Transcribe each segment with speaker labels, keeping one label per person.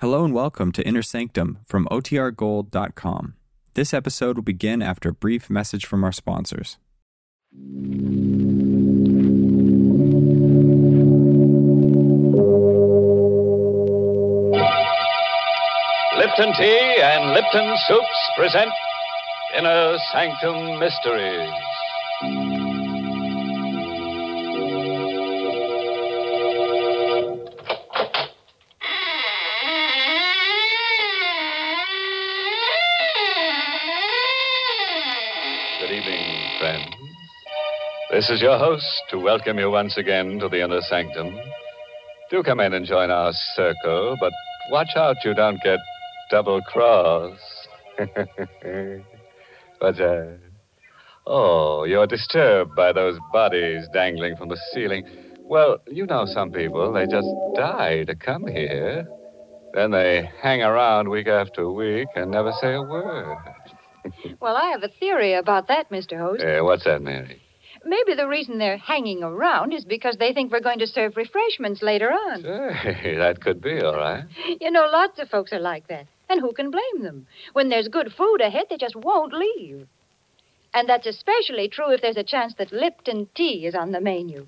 Speaker 1: Hello and welcome to Inner Sanctum from OTRGold.com. This episode will begin after a brief message from our sponsors.
Speaker 2: Lipton Tea and Lipton Soups present Inner Sanctum Mysteries. Good evening, friends. This is your host to welcome you once again to the Inner Sanctum. Do come in and join our circle, but watch out you don't get double crossed. What's that? Oh, you're disturbed by those bodies dangling from the ceiling. Well, you know some people, they just die to come here. Then they hang around week after week and never say a word.
Speaker 3: Well, I have a theory about that, Mr. Host.
Speaker 2: Eh, what's that, Mary?
Speaker 3: Maybe the reason they're hanging around is because they think we're going to serve refreshments later on.
Speaker 2: Say, that could be, all right.
Speaker 3: You know, lots of folks are like that. And who can blame them? When there's good food ahead, they just won't leave. And that's especially true if there's a chance that Lipton tea is on the menu.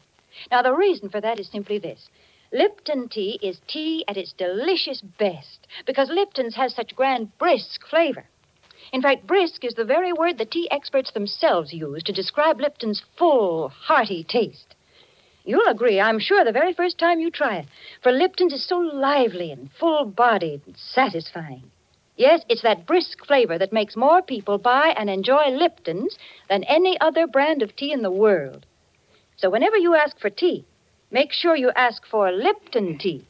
Speaker 3: Now, the reason for that is simply this Lipton tea is tea at its delicious best because Lipton's has such grand, brisk flavor. In fact, brisk is the very word the tea experts themselves use to describe Lipton's full, hearty taste. You'll agree, I'm sure, the very first time you try it, for Lipton's is so lively and full bodied and satisfying. Yes, it's that brisk flavor that makes more people buy and enjoy Lipton's than any other brand of tea in the world. So whenever you ask for tea, make sure you ask for Lipton tea.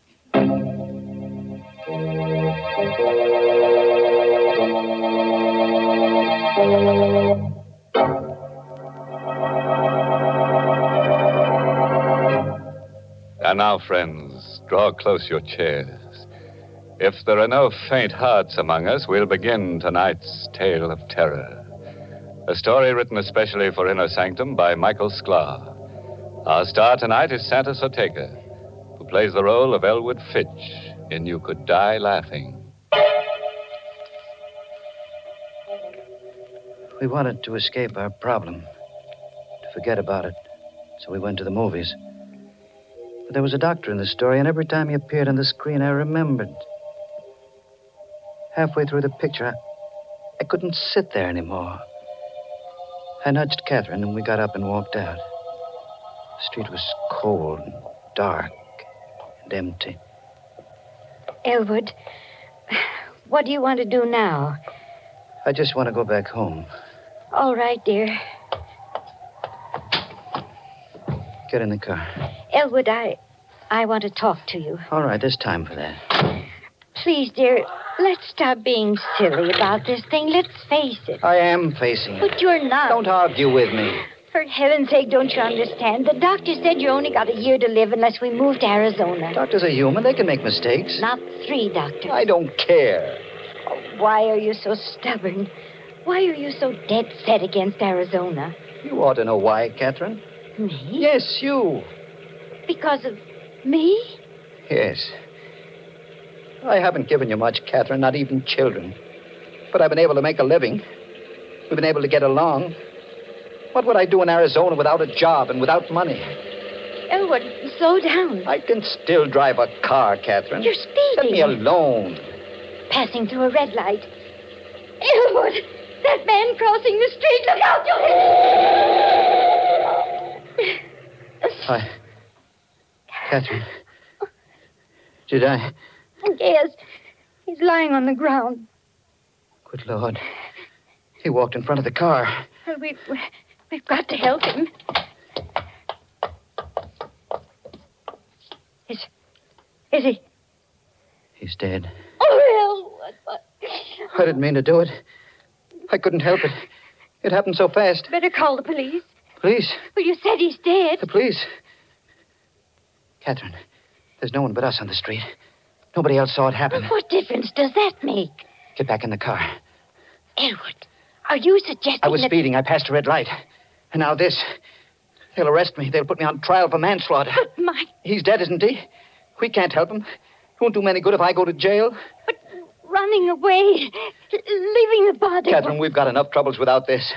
Speaker 2: And now, friends, draw close your chairs. If there are no faint hearts among us, we'll begin tonight's tale of terror. A story written especially for Inner Sanctum by Michael Sklar. Our star tonight is Santa Soteka, who plays the role of Elwood Fitch in You Could Die Laughing.
Speaker 4: We wanted to escape our problem, to forget about it, so we went to the movies. But there was a doctor in the story, and every time he appeared on the screen, I remembered. Halfway through the picture, I, I couldn't sit there anymore. I nudged Catherine, and we got up and walked out. The street was cold and dark and empty.
Speaker 5: Elwood, what do you want to do now?
Speaker 4: I just want to go back home,
Speaker 5: All right, dear.
Speaker 4: get in the car.
Speaker 5: Elwood, I I want to talk to you.
Speaker 4: All right, there's time for that.
Speaker 5: Please, dear, let's stop being silly about this thing. Let's face it.
Speaker 4: I am facing it.
Speaker 5: But you're not.
Speaker 4: Don't argue with me.
Speaker 5: For heaven's sake, don't you understand? The doctor said you only got a year to live unless we move to Arizona.
Speaker 4: Doctors are human, they can make mistakes.
Speaker 5: Not three, doctor.
Speaker 4: I don't care.
Speaker 5: Why are you so stubborn? Why are you so dead set against Arizona?
Speaker 4: You ought to know why, Catherine.
Speaker 5: Me?
Speaker 4: Yes, you.
Speaker 5: Because of me?
Speaker 4: Yes. I haven't given you much, Catherine, not even children. But I've been able to make a living. We've been able to get along. What would I do in Arizona without a job and without money?
Speaker 5: Elwood, slow down.
Speaker 4: I can still drive a car, Catherine.
Speaker 5: You're speeding.
Speaker 4: Let me alone.
Speaker 5: passing through a red light. Elwood, that man crossing the street. Look out, you.
Speaker 4: I. Catherine. Did I.
Speaker 5: Yes, he's lying on the ground.
Speaker 4: Good Lord. He walked in front of the car.
Speaker 5: Well, We've, we've got to help him. Is, is he?
Speaker 4: He's dead.
Speaker 5: Oh, Elwood. what-
Speaker 4: I didn't mean to do it. I couldn't help it. It happened so fast.
Speaker 5: Better call the police.
Speaker 4: Police.
Speaker 5: Well, you said he's dead.
Speaker 4: The police. Catherine, there's no one but us on the street. Nobody else saw it happen.
Speaker 5: What difference does that make?
Speaker 4: Get back in the car.
Speaker 5: Elwood, are you suggesting
Speaker 4: I was
Speaker 5: that...
Speaker 4: speeding. I passed a red light. And now this. They'll arrest me. They'll put me on trial for manslaughter.
Speaker 5: My
Speaker 4: He's dead, isn't he? We can't help him. Won't do me any good if I go to jail.
Speaker 5: Running away, leaving the body.
Speaker 4: Catherine, we've got enough troubles without this.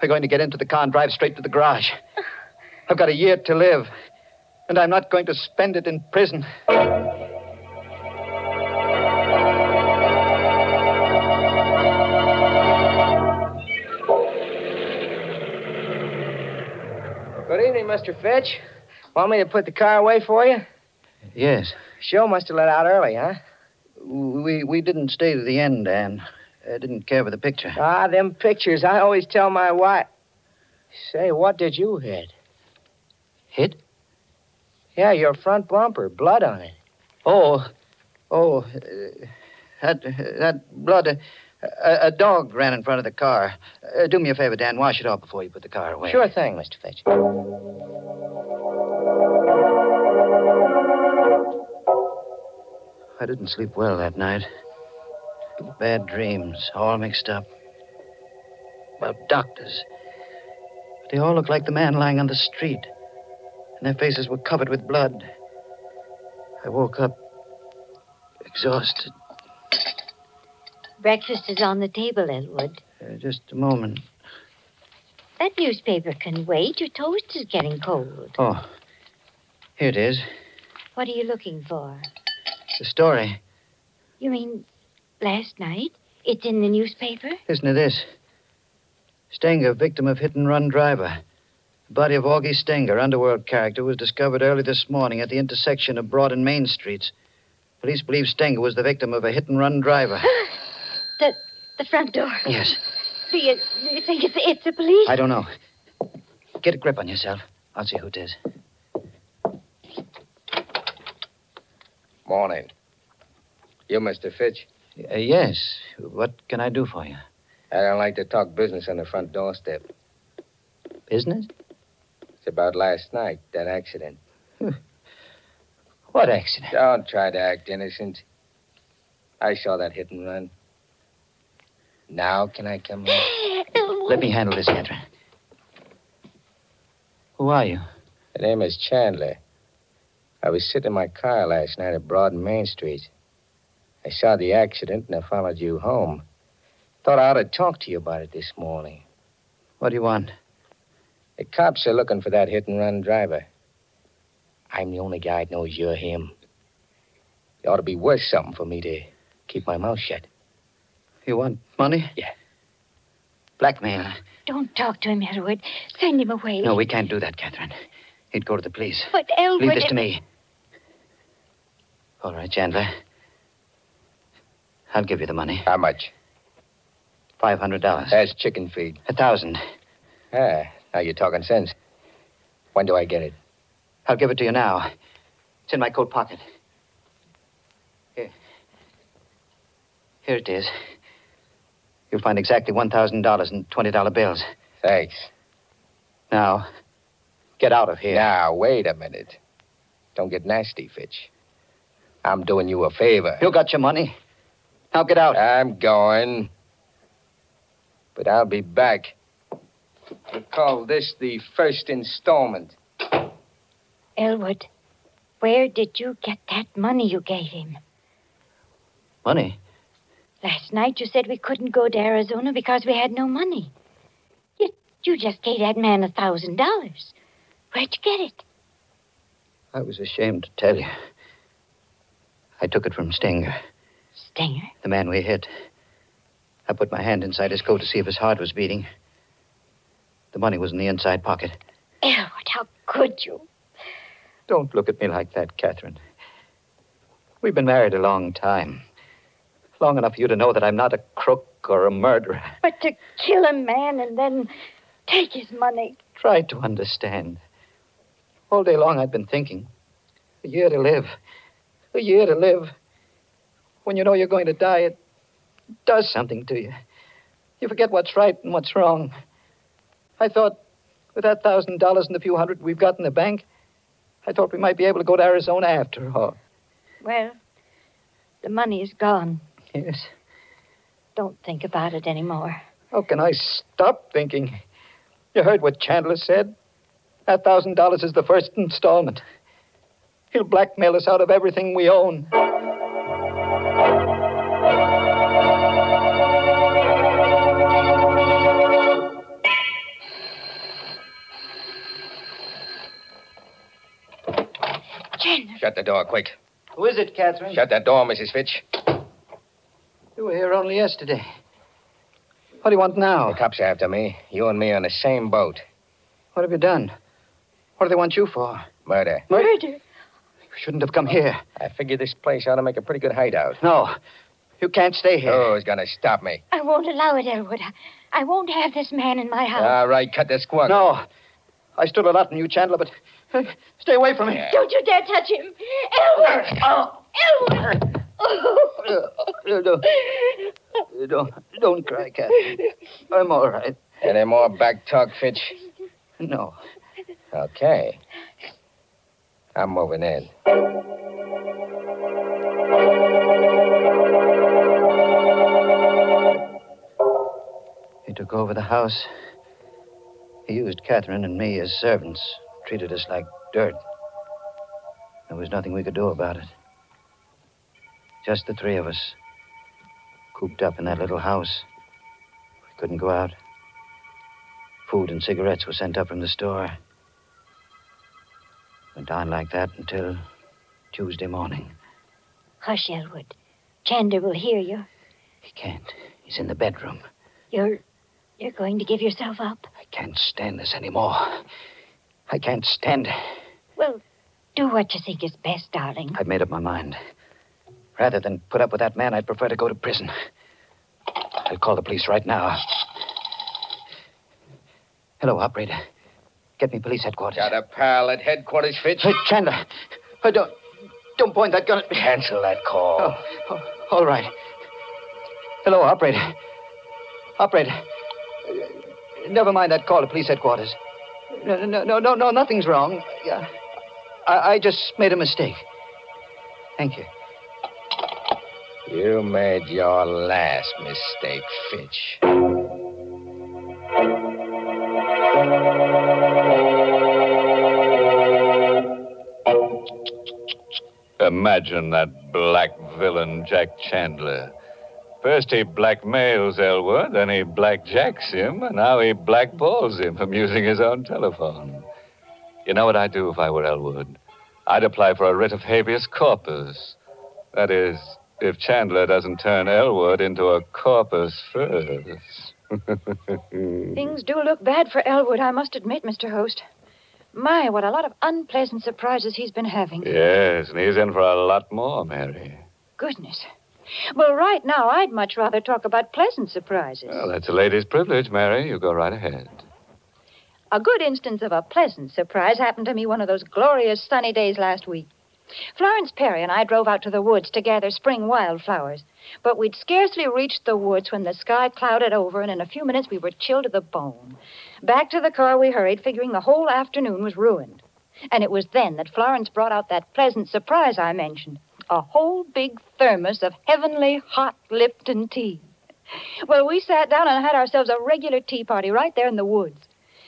Speaker 4: We're going to get into the car and drive straight to the garage. I've got a year to live, and I'm not going to spend it in prison.
Speaker 6: Good evening, Mr. Fitch. Want me to put the car away for you?
Speaker 4: Yes.
Speaker 6: Show must have let out early, huh?
Speaker 4: We, we didn't stay to the end, Anne. I didn't care for the picture.
Speaker 6: Ah, them pictures. I always tell my wife. Say, what did you hit?
Speaker 4: Hit?
Speaker 6: Yeah, your front bumper, blood on it.
Speaker 4: Oh, oh, uh, that, that blood. Uh, a, a dog ran in front of the car. Uh, do me a favor, Dan. Wash it off before you put the car away.
Speaker 6: Sure thing, Mr. Fitch.
Speaker 4: I didn't sleep well that night. Bad dreams, all mixed up. About doctors. They all looked like the man lying on the street, and their faces were covered with blood. I woke up exhausted.
Speaker 5: Breakfast is on the table, Elwood.
Speaker 4: Uh, just a moment.
Speaker 5: That newspaper can wait. Your toast is getting cold.
Speaker 4: Oh, here it is.
Speaker 5: What are you looking for?
Speaker 4: The story.
Speaker 5: You mean last night? It's in the newspaper?
Speaker 4: Listen to this. Stenger, victim of hit and run driver. The body of Augie Stenger, underworld character, was discovered early this morning at the intersection of Broad and Main Streets. Police believe Stenger was the victim of a hit and run driver.
Speaker 5: The, the front door.
Speaker 4: yes,
Speaker 5: Do you, do you think it's, it's the police?
Speaker 4: I don't know. Get a grip on yourself. I'll see who it is.
Speaker 6: Morning. You, Mr. Fitch?
Speaker 4: Uh, yes. What can I do for you?
Speaker 6: I don't like to talk business on the front doorstep.
Speaker 4: Business?
Speaker 6: It's about last night, that accident.
Speaker 4: What accident?
Speaker 6: Don't try to act innocent. I saw that hit and run. Now can I come in?
Speaker 5: Elwood.
Speaker 4: Let me handle this, Catherine. Who are you?
Speaker 6: The name is Chandler. I was sitting in my car last night at Broad and Main Street. I saw the accident and I followed you home. Thought I ought to talk to you about it this morning.
Speaker 4: What do you want?
Speaker 6: The cops are looking for that hit and run driver. I'm the only guy that knows you're him. It ought to be worth something for me to keep my mouth shut.
Speaker 4: You want money?
Speaker 6: Yeah.
Speaker 4: Blackmail.
Speaker 5: Don't talk to him, Elwood. Send him away.
Speaker 4: No, we can't do that, Catherine. He'd go to the police.
Speaker 5: But Elwood.
Speaker 4: Leave this to me. All right, Chandler. I'll give you the money.
Speaker 6: How much?
Speaker 4: Five hundred dollars.
Speaker 6: That's chicken feed.
Speaker 4: A thousand.
Speaker 6: Ah, now you're talking sense. When do I get it?
Speaker 4: I'll give it to you now. It's in my coat pocket. Here. Here it is. You'll find exactly one thousand dollars in twenty dollar bills.
Speaker 6: Thanks.
Speaker 4: Now, get out of here.
Speaker 6: Now, wait a minute. Don't get nasty, Fitch. I'm doing you a favor.
Speaker 4: You got your money. Now get out.
Speaker 6: I'm going. But I'll be back. We call this the first installment.
Speaker 5: Elwood, where did you get that money you gave him?
Speaker 4: Money?
Speaker 5: Last night you said we couldn't go to Arizona because we had no money. You, you just gave that man a thousand dollars. Where'd you get it?
Speaker 4: I was ashamed to tell you. I took it from Stinger,
Speaker 5: Stinger.
Speaker 4: the man we hit. I put my hand inside his coat to see if his heart was beating. The money was in the inside pocket.
Speaker 5: Elwood, how could you?
Speaker 4: Don't look at me like that, Catherine. We've been married a long time. Long enough for you to know that I'm not a crook or a murderer.
Speaker 5: But to kill a man and then take his money.
Speaker 4: Try to understand. All day long I've been thinking. A year to live. A year to live. When you know you're going to die, it does something to you. You forget what's right and what's wrong. I thought with that thousand dollars and the few hundred we've got in the bank, I thought we might be able to go to Arizona after all.
Speaker 5: Well, the money is gone.
Speaker 4: Yes.
Speaker 5: Don't think about it anymore.
Speaker 4: How can I stop thinking? You heard what Chandler said. That thousand dollars is the first installment. He'll blackmail us out of everything we own.
Speaker 6: Shut the door, quick.
Speaker 4: Who is it, Catherine?
Speaker 6: Shut that door, Mrs. Fitch.
Speaker 4: You were here only yesterday. What do you want
Speaker 6: The
Speaker 4: now?
Speaker 6: cops are after me. You and me on the same boat.
Speaker 4: What have you done? What do they want you for?
Speaker 6: Murder.
Speaker 5: Murder.
Speaker 4: You shouldn't have come here.
Speaker 6: I figure this place ought to make a pretty good hideout.
Speaker 4: No. You can't stay here.
Speaker 6: Who's gonna stop me?
Speaker 5: I won't allow it, Elwood. I, I won't have this man in my house.
Speaker 6: All right, cut the squawk.
Speaker 4: Oh. No. I stood a lot in you, Chandler, but uh, stay away from me.
Speaker 5: Don't you dare touch him. Elwood! Elwood!
Speaker 4: Don't, don't, don't cry, Catherine. I'm all right.
Speaker 6: Any more back talk, Fitch?
Speaker 4: No.
Speaker 6: Okay. I'm moving in.
Speaker 4: He took over the house. He used Catherine and me as servants, treated us like dirt. There was nothing we could do about it. Just the three of us, cooped up in that little house. We couldn't go out. Food and cigarettes were sent up from the store. Went on like that until Tuesday morning.
Speaker 5: Hush, Elwood. Chandler will hear you.
Speaker 4: He can't. He's in the bedroom.
Speaker 5: You're you're going to give yourself up.
Speaker 4: I can't stand this anymore. I can't stand it.
Speaker 5: Do what you think is best, darling.
Speaker 4: I've made up my mind. Rather than put up with that man, I'd prefer to go to prison. I'll call the police right now. Hello, operator. Get me police headquarters.
Speaker 6: Got a pal at headquarters, Fitch?
Speaker 4: Hey, Chandler. Hey, don't, don't point that gun at me.
Speaker 6: Cancel that call.
Speaker 4: Oh, oh, all right. Hello, operator. Operator. Uh, Never mind that call to police headquarters. No, no, no, no, no, nothing's wrong. Yeah. I, I just made a mistake. Thank you.
Speaker 6: You made your last mistake, Fitch.
Speaker 2: Imagine that black villain, Jack Chandler. First he blackmails Elwood, then he blackjacks him, and now he blackballs him from using his own telephone. You know what I'd do if I were Elwood? I'd apply for a writ of habeas corpus. That is, if Chandler doesn't turn Elwood into a corpus first.
Speaker 3: Things do look bad for Elwood, I must admit, Mr. Host. My, what a lot of unpleasant surprises he's been having.
Speaker 2: Yes, and he's in for a lot more, Mary.
Speaker 3: Goodness. Well, right now, I'd much rather talk about pleasant surprises.
Speaker 2: Well, that's a lady's privilege, Mary. You go right ahead.
Speaker 3: A good instance of a pleasant surprise happened to me one of those glorious sunny days last week. Florence Perry and I drove out to the woods to gather spring wildflowers, but we'd scarcely reached the woods when the sky clouded over, and in a few minutes we were chilled to the bone. Back to the car we hurried, figuring the whole afternoon was ruined. And it was then that Florence brought out that pleasant surprise I mentioned a whole big thermos of heavenly hot Lipton tea. Well, we sat down and had ourselves a regular tea party right there in the woods.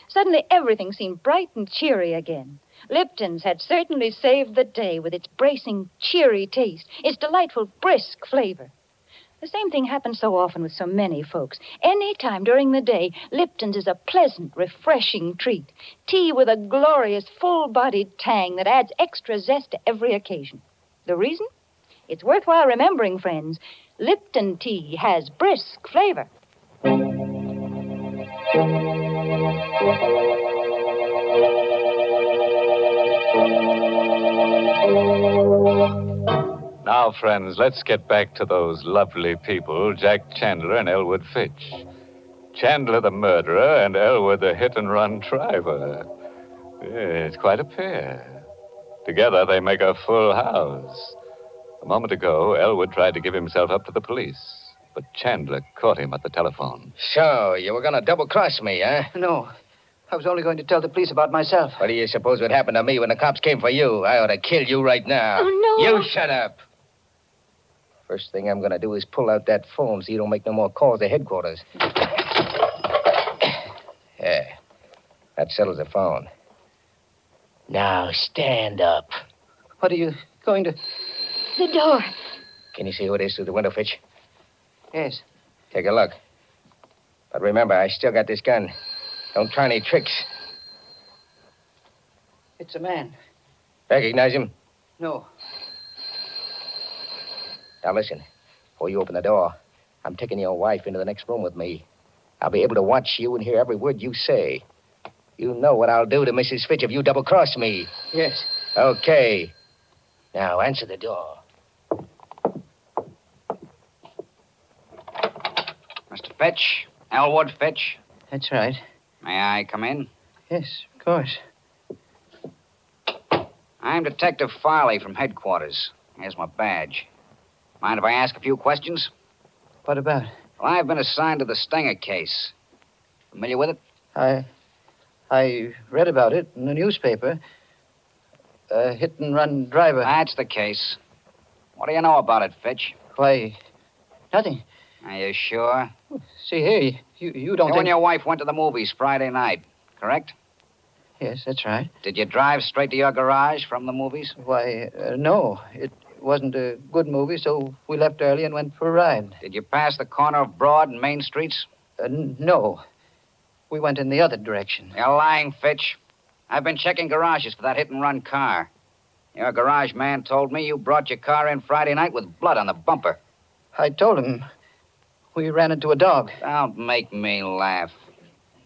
Speaker 3: Suddenly, everything seemed bright and cheery again. Lipton's had certainly saved the day with its bracing, cheery taste, its delightful, brisk flavor. The same thing happens so often with so many folks. Any time during the day, Lipton's is a pleasant, refreshing treat. Tea with a glorious, full bodied tang that adds extra zest to every occasion. The reason? It's worthwhile remembering, friends. Lipton tea has brisk flavor.
Speaker 2: Now, friends, let's get back to those lovely people, Jack Chandler and Elwood Fitch. Chandler the murderer and Elwood the hit and run driver. Yeah, it's quite a pair. Together they make a full house. A moment ago, Elwood tried to give himself up to the police, but Chandler caught him at the telephone.
Speaker 6: So, you were gonna double cross me, huh?
Speaker 4: No, I was only going to tell the police about myself.
Speaker 6: What do you suppose would happen to me when the cops came for you? I ought to kill you right now.
Speaker 5: Oh, no.
Speaker 6: You shut up. First thing I'm gonna do is pull out that phone so you don't make no more calls to headquarters. yeah, that settles the phone. Now stand up.
Speaker 4: What are you going to.
Speaker 5: The door.
Speaker 6: Can you see who it is through the window, Fitch?
Speaker 4: Yes.
Speaker 6: Take a look. But remember, I still got this gun. Don't try any tricks.
Speaker 4: It's a man.
Speaker 6: Recognize him?
Speaker 4: No.
Speaker 6: Now listen, before you open the door, I'm taking your wife into the next room with me. I'll be able to watch you and hear every word you say. You know what I'll do to Mrs. Fitch if you double cross me.
Speaker 4: Yes.
Speaker 6: Okay. Now answer the door.
Speaker 7: Mr. Fitch? Elwood Fitch?
Speaker 4: That's right.
Speaker 7: May I come in?
Speaker 4: Yes, of course.
Speaker 7: I'm Detective Farley from headquarters. Here's my badge. Mind if I ask a few questions?
Speaker 4: What about?
Speaker 7: Well, I've been assigned to the Stenger case. Familiar with it?
Speaker 4: I. I read about it in the newspaper. A hit and run driver.
Speaker 7: That's the case. What do you know about it, Fitch?
Speaker 4: Why, nothing.
Speaker 7: Are you sure?
Speaker 4: See here, you, you don't
Speaker 7: you
Speaker 4: think.
Speaker 7: and your wife went to the movies Friday night, correct?
Speaker 4: Yes, that's right.
Speaker 7: Did you drive straight to your garage from the movies?
Speaker 4: Why, uh, no, it wasn't a good movie, so we left early and went for a ride.
Speaker 7: Did you pass the corner of Broad and Main Streets?
Speaker 4: Uh, n- no, we went in the other direction.
Speaker 7: You're lying, Fitch. I've been checking garages for that hit and run car. Your garage man told me you brought your car in Friday night with blood on the bumper.
Speaker 4: I told him we ran into a dog.
Speaker 7: Don't make me laugh.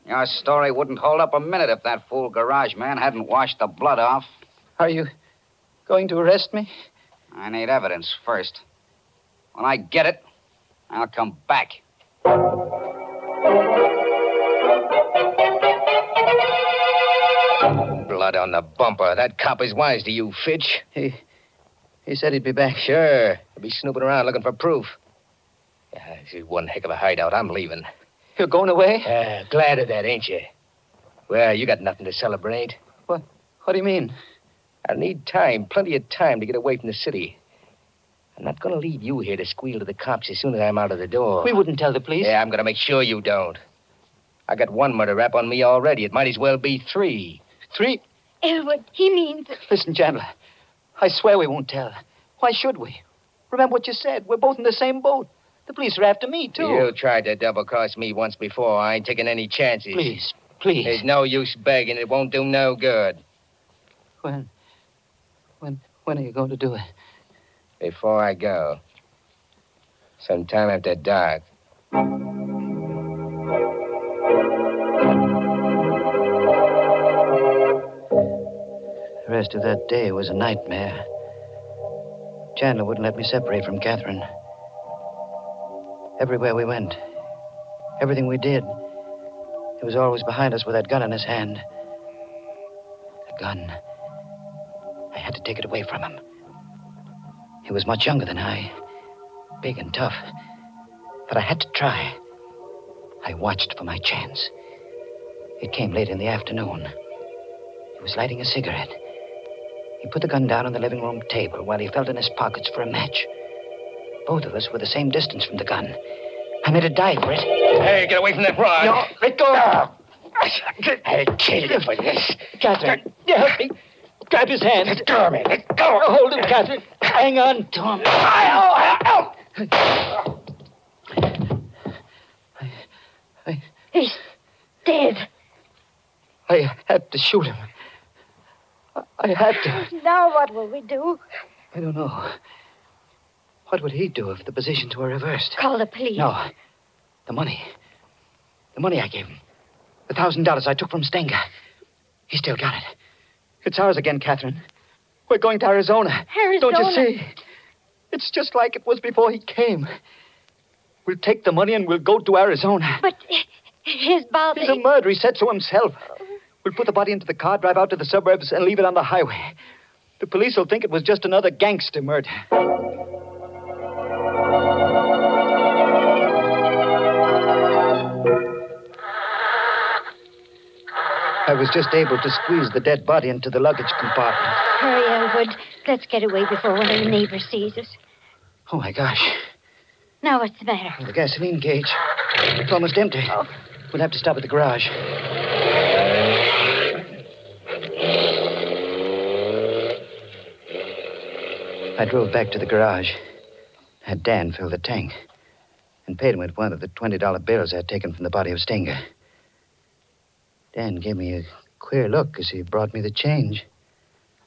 Speaker 7: Your story wouldn't hold up a minute if that fool garage man hadn't washed the blood off.
Speaker 4: Are you going to arrest me?
Speaker 7: I need evidence first. When I get it, I'll come back.
Speaker 6: Blood on the bumper. That cop is wise to you, Fitch.
Speaker 4: He he said he'd be back.
Speaker 6: Sure. He'll be snooping around looking for proof. Yeah, this is one heck of a hideout. I'm leaving.
Speaker 4: You're going away?
Speaker 6: Yeah, Uh, glad of that, ain't you? Well, you got nothing to celebrate.
Speaker 4: What do you mean?
Speaker 6: I need time, plenty of time to get away from the city. I'm not going to leave you here to squeal to the cops as soon as I'm out of the door.
Speaker 4: We wouldn't tell the police.
Speaker 6: Yeah, I'm going to make sure you don't. I got one murder rap on me already. It might as well be three.
Speaker 4: Three.
Speaker 5: Elwood, Eh, he means.
Speaker 4: Listen, Chandler, I swear we won't tell. Why should we? Remember what you said. We're both in the same boat. The police are after me, too.
Speaker 6: You tried to double cross me once before. I ain't taking any chances.
Speaker 4: Please, please.
Speaker 6: There's no use begging. It won't do no good.
Speaker 4: When? When? When are you going to do it?
Speaker 6: Before I go, sometime after dark.
Speaker 4: The rest of that day was a nightmare. Chandler wouldn't let me separate from Catherine. Everywhere we went, everything we did, he was always behind us with that gun in his hand. The gun. I had to take it away from him. He was much younger than I, big and tough. But I had to try. I watched for my chance. It came late in the afternoon. He was lighting a cigarette. He put the gun down on the living room table while he felt in his pockets for a match. Both of us were the same distance from the gun. I made a dive for it.
Speaker 6: Hey, get away from that rod.
Speaker 4: No, let go!
Speaker 6: I killed you for this.
Speaker 4: Catherine, you help me. Grab his hand. Let go of me. Let go. hold him, Catherine. Hang on, Tom. Help!
Speaker 5: He's dead.
Speaker 4: I had to shoot him. I- I had to.
Speaker 5: Now what will we do?
Speaker 4: I don't know. What would he do if the positions were reversed?
Speaker 5: Call the police.
Speaker 4: No. The money. The money I gave him. The thousand dollars I took from Stenger. He still got it. It's ours again, Catherine. We're going to Arizona.
Speaker 5: Arizona.
Speaker 4: Don't you see? It's just like it was before he came. We'll take the money and we'll go to Arizona.
Speaker 5: But his body.
Speaker 4: He's a murderer. He said so himself. We'll put the body into the car, drive out to the suburbs, and leave it on the highway. The police will think it was just another gangster murder. I was just able to squeeze the dead body into the luggage compartment.
Speaker 5: Hurry, Elwood. Let's get away before one of the neighbors sees us.
Speaker 4: Oh, my gosh.
Speaker 5: Now what's the matter?
Speaker 4: The gasoline gauge. It's almost empty. We'll have to stop at the garage. I drove back to the garage. Had Dan fill the tank. And paid him with one of the $20 bills I'd taken from the body of Stenger. Dan gave me a queer look as he brought me the change.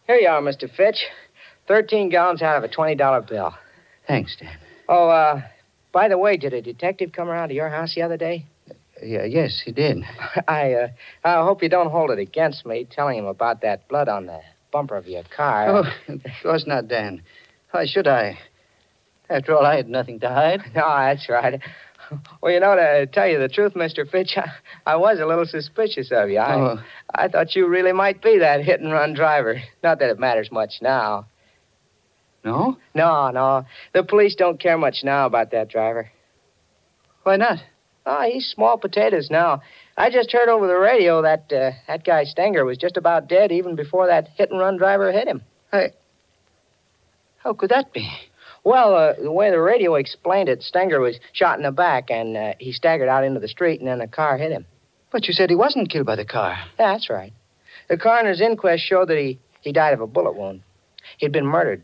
Speaker 6: Here you are, Mr. Fitch.
Speaker 8: 13 gallons out of a $20 bill.
Speaker 4: Thanks, Dan.
Speaker 8: Oh, uh, by the way, did a detective come around to your house the other day?
Speaker 4: Yeah, yes, he did.
Speaker 8: I, uh, I hope you don't hold it against me telling him about that blood on the bumper of your car.
Speaker 4: Oh, of course not, Dan. Why should I? After all, I had nothing to hide.
Speaker 8: No, oh, that's right. Well, you know, to tell you the truth, Mr. Fitch, I, I was a little suspicious of you. I,
Speaker 4: Oh.
Speaker 8: I thought you really might be that hit and run driver. Not that it matters much now.
Speaker 4: No?
Speaker 8: No, no. The police don't care much now about that driver.
Speaker 4: Why not?
Speaker 8: Oh, he's small potatoes now. I just heard over the radio that uh, that guy Stenger was just about dead even before that hit and run driver hit him.
Speaker 4: How could that be?
Speaker 8: Well, uh, the way the radio explained it, Stenger was shot in the back and uh, he staggered out into the street and then the car hit him.
Speaker 4: But you said he wasn't killed by the car.
Speaker 8: Yeah, that's right. The coroner's inquest showed that he, he died of a bullet wound. He'd been murdered.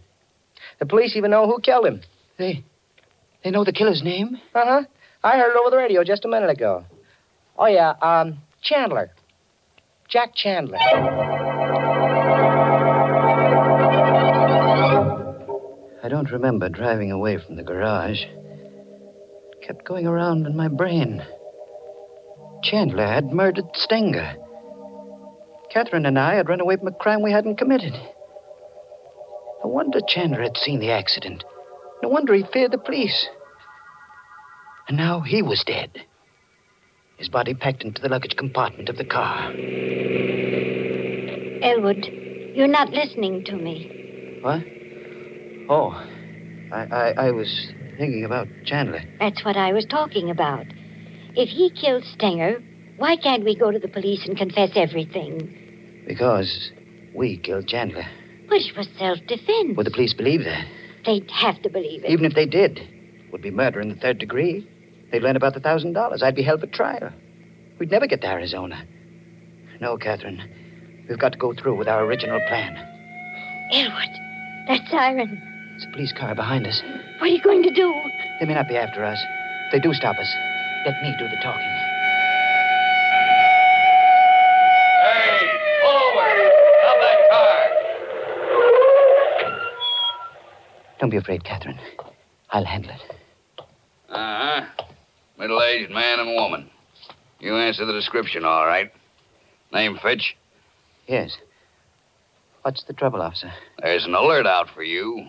Speaker 8: The police even know who killed him.
Speaker 4: They know the killer's name?
Speaker 8: Uh huh. I heard it over the radio just a minute ago. Oh, yeah, um, Chandler. Jack Chandler.
Speaker 4: I don't remember driving away from the garage. It kept going around in my brain. Chandler had murdered Stenger. Catherine and I had run away from a crime we hadn't committed. No wonder Chandler had seen the accident. No wonder he feared the police. And now he was dead. His body packed into the luggage compartment of the car.
Speaker 5: Elwood, you're not listening to me.
Speaker 4: Oh, I, I, I was thinking about Chandler.
Speaker 5: That's what I was talking about. If he killed Stenger, why can't we go to the police and confess everything?
Speaker 4: Because we killed Chandler.
Speaker 5: But it was self defense.
Speaker 4: Would the police believe that?
Speaker 5: They'd have to believe it.
Speaker 4: Even if they did, it would be murder in the third degree. They'd learn about the thousand dollars. I'd be held for trial. We'd never get to Arizona. No, Catherine. We've got to go through with our original plan.
Speaker 5: Elwood, that siren.
Speaker 4: It's a police car behind us.
Speaker 5: What are you going to do?
Speaker 4: They may not be after us. If they do stop us, let me do the talking.
Speaker 9: Hey, forward! Stop that car!
Speaker 4: Don't be afraid, Catherine. I'll handle it.
Speaker 7: Uh huh. Middle aged man and woman. You answer the description, all right. Name Fitch.
Speaker 4: Yes. What's the trouble, officer?
Speaker 7: There's an alert out for you.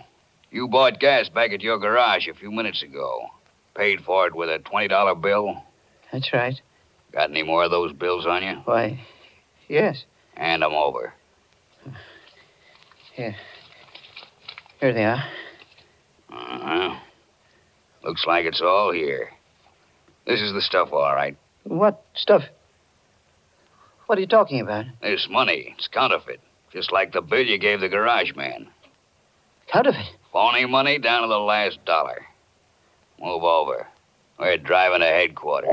Speaker 7: You bought gas back at your garage a few minutes ago. Paid for it with a $20 bill.
Speaker 4: That's right.
Speaker 7: Got any more of those bills on you?
Speaker 4: Why, yes.
Speaker 7: Hand 'em over.
Speaker 4: Here they are.
Speaker 7: Uh huh. Looks like it's all here. This is the stuff, all right.
Speaker 4: What stuff? What are you talking about?
Speaker 7: This money, it's counterfeit. Just like the bill you gave the garage man.
Speaker 4: Counterfeit.
Speaker 7: Phony money down to the last dollar. Move over. We're driving to headquarters.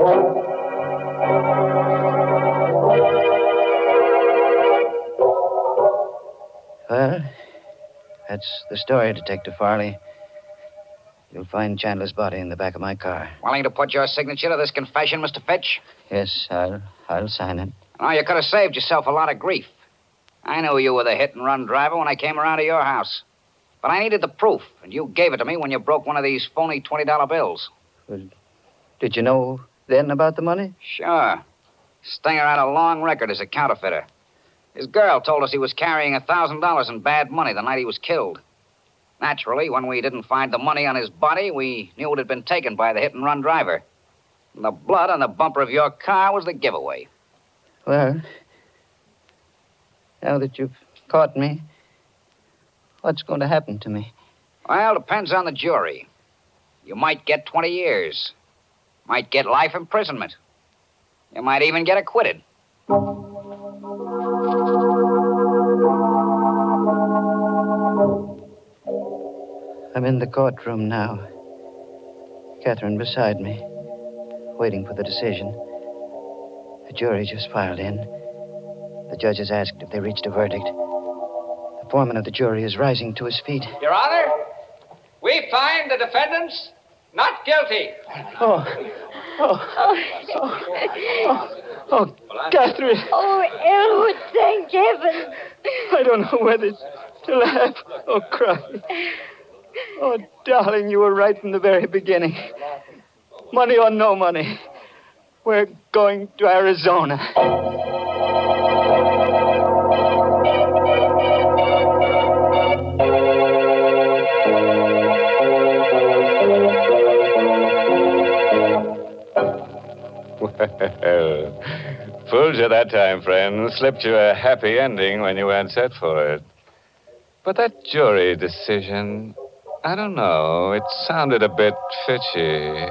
Speaker 4: Well, that's the story, Detective Farley. You'll find Chandler's body in the back of my car.
Speaker 7: Willing to put your signature to this confession, Mr. Fitch?
Speaker 4: Yes, I'll I'll sign it.
Speaker 7: No, you could have saved yourself a lot of grief. I knew you were the hit and run driver when I came around to your house. But I needed the proof, and you gave it to me when you broke one of these phony $20 bills.
Speaker 4: Did you know then about the money?
Speaker 7: Sure. Stinger had a long record as a counterfeiter. His girl told us he was carrying a $1,000 in bad money the night he was killed. Naturally, when we didn't find the money on his body, we knew it had been taken by the hit and run driver. And the blood on the bumper of your car was the giveaway.
Speaker 4: Well, now that you've caught me, what's going to happen to me?
Speaker 7: Well, depends on the jury. You might get 20 years, might get life imprisonment. You might even get acquitted.
Speaker 4: I'm in the courtroom now. Catherine beside me, waiting for the decision. The jury just filed in. The judge has asked if they reached a verdict. The foreman of the jury is rising to his feet.
Speaker 6: Your Honor, we find the defendants not guilty.
Speaker 4: Oh, oh, oh, oh, Catherine,
Speaker 5: Oh, Elwood, thank heaven.
Speaker 4: I don't know whether to laugh or cry. Oh, darling, you were right from the very beginning. Money or no money, we're going to Arizona.
Speaker 2: Well, fooled you Oh, that time, friend. Slipped you a happy ending when you weren't set for it. But that jury decision, I don't know. It sounded a bit fishy.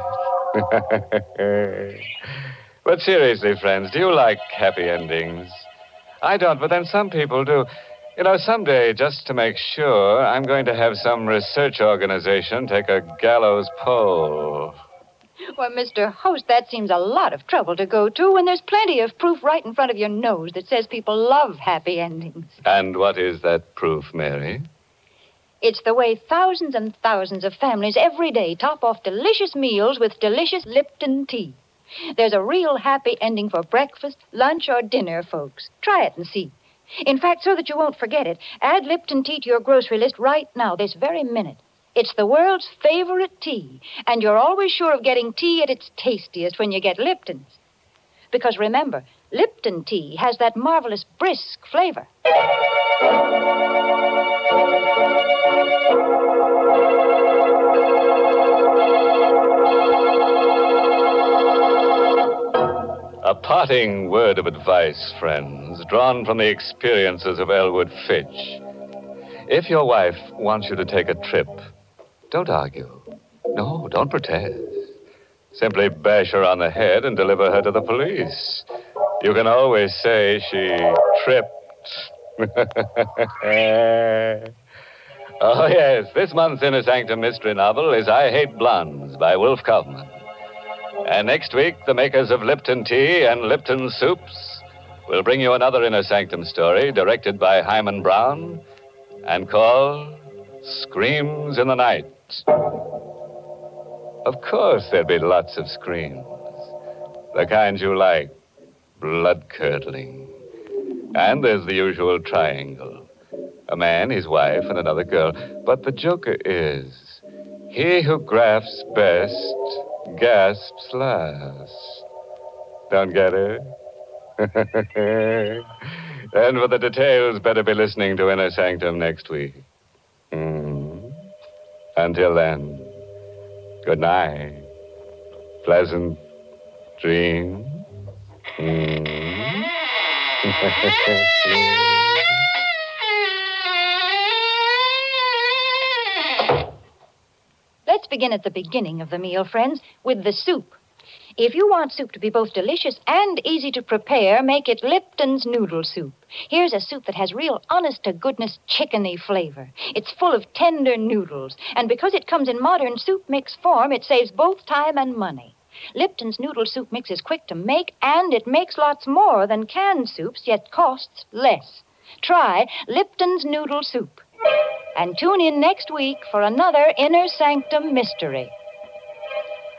Speaker 2: but seriously, friends, do you like happy endings? I don't, but then some people do. You know, someday, just to make sure, I'm going to have some research organization take a gallows poll.
Speaker 3: Well, Mr. Host, that seems a lot of trouble to go to when there's plenty of proof right in front of your nose that says people love happy endings.
Speaker 2: And what is that proof, Mary?
Speaker 3: It's the way thousands and thousands of families every day top off delicious meals with delicious Lipton tea. There's a real happy ending for breakfast, lunch, or dinner, folks. Try it and see. In fact, so that you won't forget it, add Lipton tea to your grocery list right now, this very minute. It's the world's favorite tea, and you're always sure of getting tea at its tastiest when you get Lipton's. Because remember, Lipton tea has that marvelous brisk flavor.
Speaker 2: A parting word of advice, friends, drawn from the experiences of Elwood Fitch. If your wife wants you to take a trip, don't argue. No, don't protest. Simply bash her on the head and deliver her to the police. You can always say she tripped. oh, yes, this month's Inner Sanctum mystery novel is I Hate Blondes by Wolf Kaufman. And next week, the makers of Lipton Tea and Lipton Soups will bring you another Inner Sanctum story directed by Hyman Brown and called Screams in the Night. Of course, there'll be lots of screams. The kinds you like, blood curdling. And there's the usual triangle a man, his wife, and another girl. But the joker is he who grasps best gasps last. Don't get it? and for the details, better be listening to Inner Sanctum next week. Mm. Until then, good night. Pleasant dreams. Hmm. Mm.
Speaker 3: Let's begin at the beginning of the meal, friends, with the soup. If you want soup to be both delicious and easy to prepare, make it Lipton's Noodle Soup. Here's a soup that has real honest to goodness chickeny flavor. It's full of tender noodles, and because it comes in modern soup mix form, it saves both time and money. Lipton's Noodle Soup mix is quick to make, and it makes lots more than canned soups, yet costs less. Try Lipton's Noodle Soup. And tune in next week for another Inner Sanctum Mystery.